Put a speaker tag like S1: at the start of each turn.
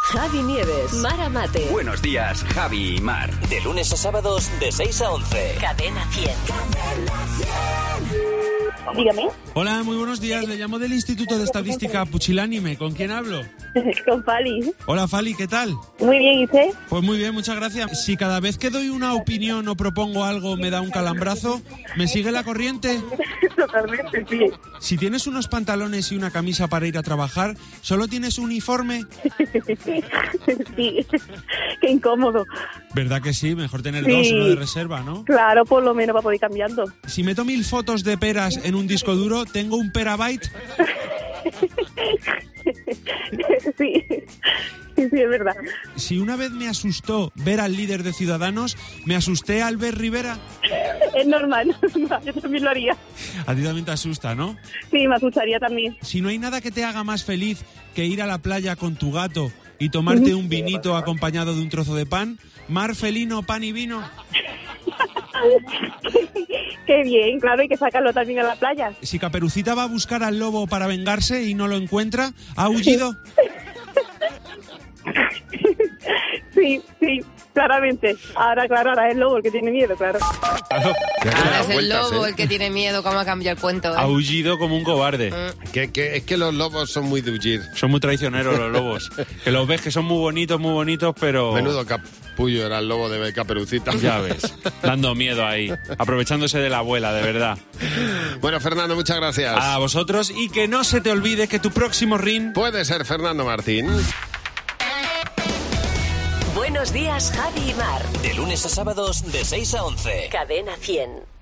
S1: Javi Nieves, Mara Mate,
S2: Buenos días, Javi y Mar.
S3: De lunes a sábados de 6 a 11.
S1: Cadena 100.
S4: Dígame,
S5: Hola, muy buenos días. Le llamo del Instituto de Estadística Puchilánime. ¿Con quién hablo?
S4: con Pali.
S5: Hola, Fali, ¿qué tal?
S4: Muy bien, ¿y usted?
S5: Pues muy bien, muchas gracias. Si cada vez que doy una opinión o propongo algo me da un calambrazo, ¿me sigue la corriente?
S4: Totalmente, sí.
S5: Si tienes unos pantalones y una camisa para ir a trabajar, ¿solo tienes uniforme?
S4: sí, qué incómodo.
S5: ¿Verdad que sí? Mejor tener
S4: Sí.
S5: dos, uno de reserva, ¿no?
S4: Claro, por lo menos va a poder ir cambiando.
S5: Si meto mil fotos de peras en un disco duro, ¿tengo un perabyte?
S4: sí, sí, sí, es verdad.
S5: Si una vez me asustó ver al líder de Ciudadanos, ¿me asusté al ver Rivera?
S4: Es normal, yo también lo haría.
S5: A ti también te asusta, ¿no?
S4: Sí, me asustaría también.
S5: Si no hay nada que te haga más feliz que ir a la playa con tu gato y tomarte un vinito acompañado de un trozo de pan, mar felino, pan y vino.
S4: qué bien, claro, hay que sacarlo también a la playa.
S5: Si Caperucita va a buscar al lobo para vengarse y no lo encuentra, ha huido.
S4: sí, sí, claramente. Ahora, claro, ahora es lobo el que tiene miedo, claro.
S6: Ahora Ah, es el lobo el que tiene miedo, cómo ha cambiado el cuento.
S5: Ha
S6: ¿eh?
S5: huido como un cobarde.
S7: Que, que- es que los lobos son muy de huir.
S5: Son muy traicioneros los lobos. Que los ves que son muy bonitos, muy bonitos, pero...
S7: Menudo capullo era el lobo de Caperucita.
S5: Oh. Ya ves, dando miedo ahí, aprovechándose de la abuela, de verdad.
S7: Bueno, Fernando, muchas gracias.
S5: A vosotros y que no se te olvide que tu próximo ring
S7: Puede ser Fernando Martín.
S1: Buenos días, Javi y Mar.
S3: De lunes a sábados de 6 a 11.
S1: Cadena 100.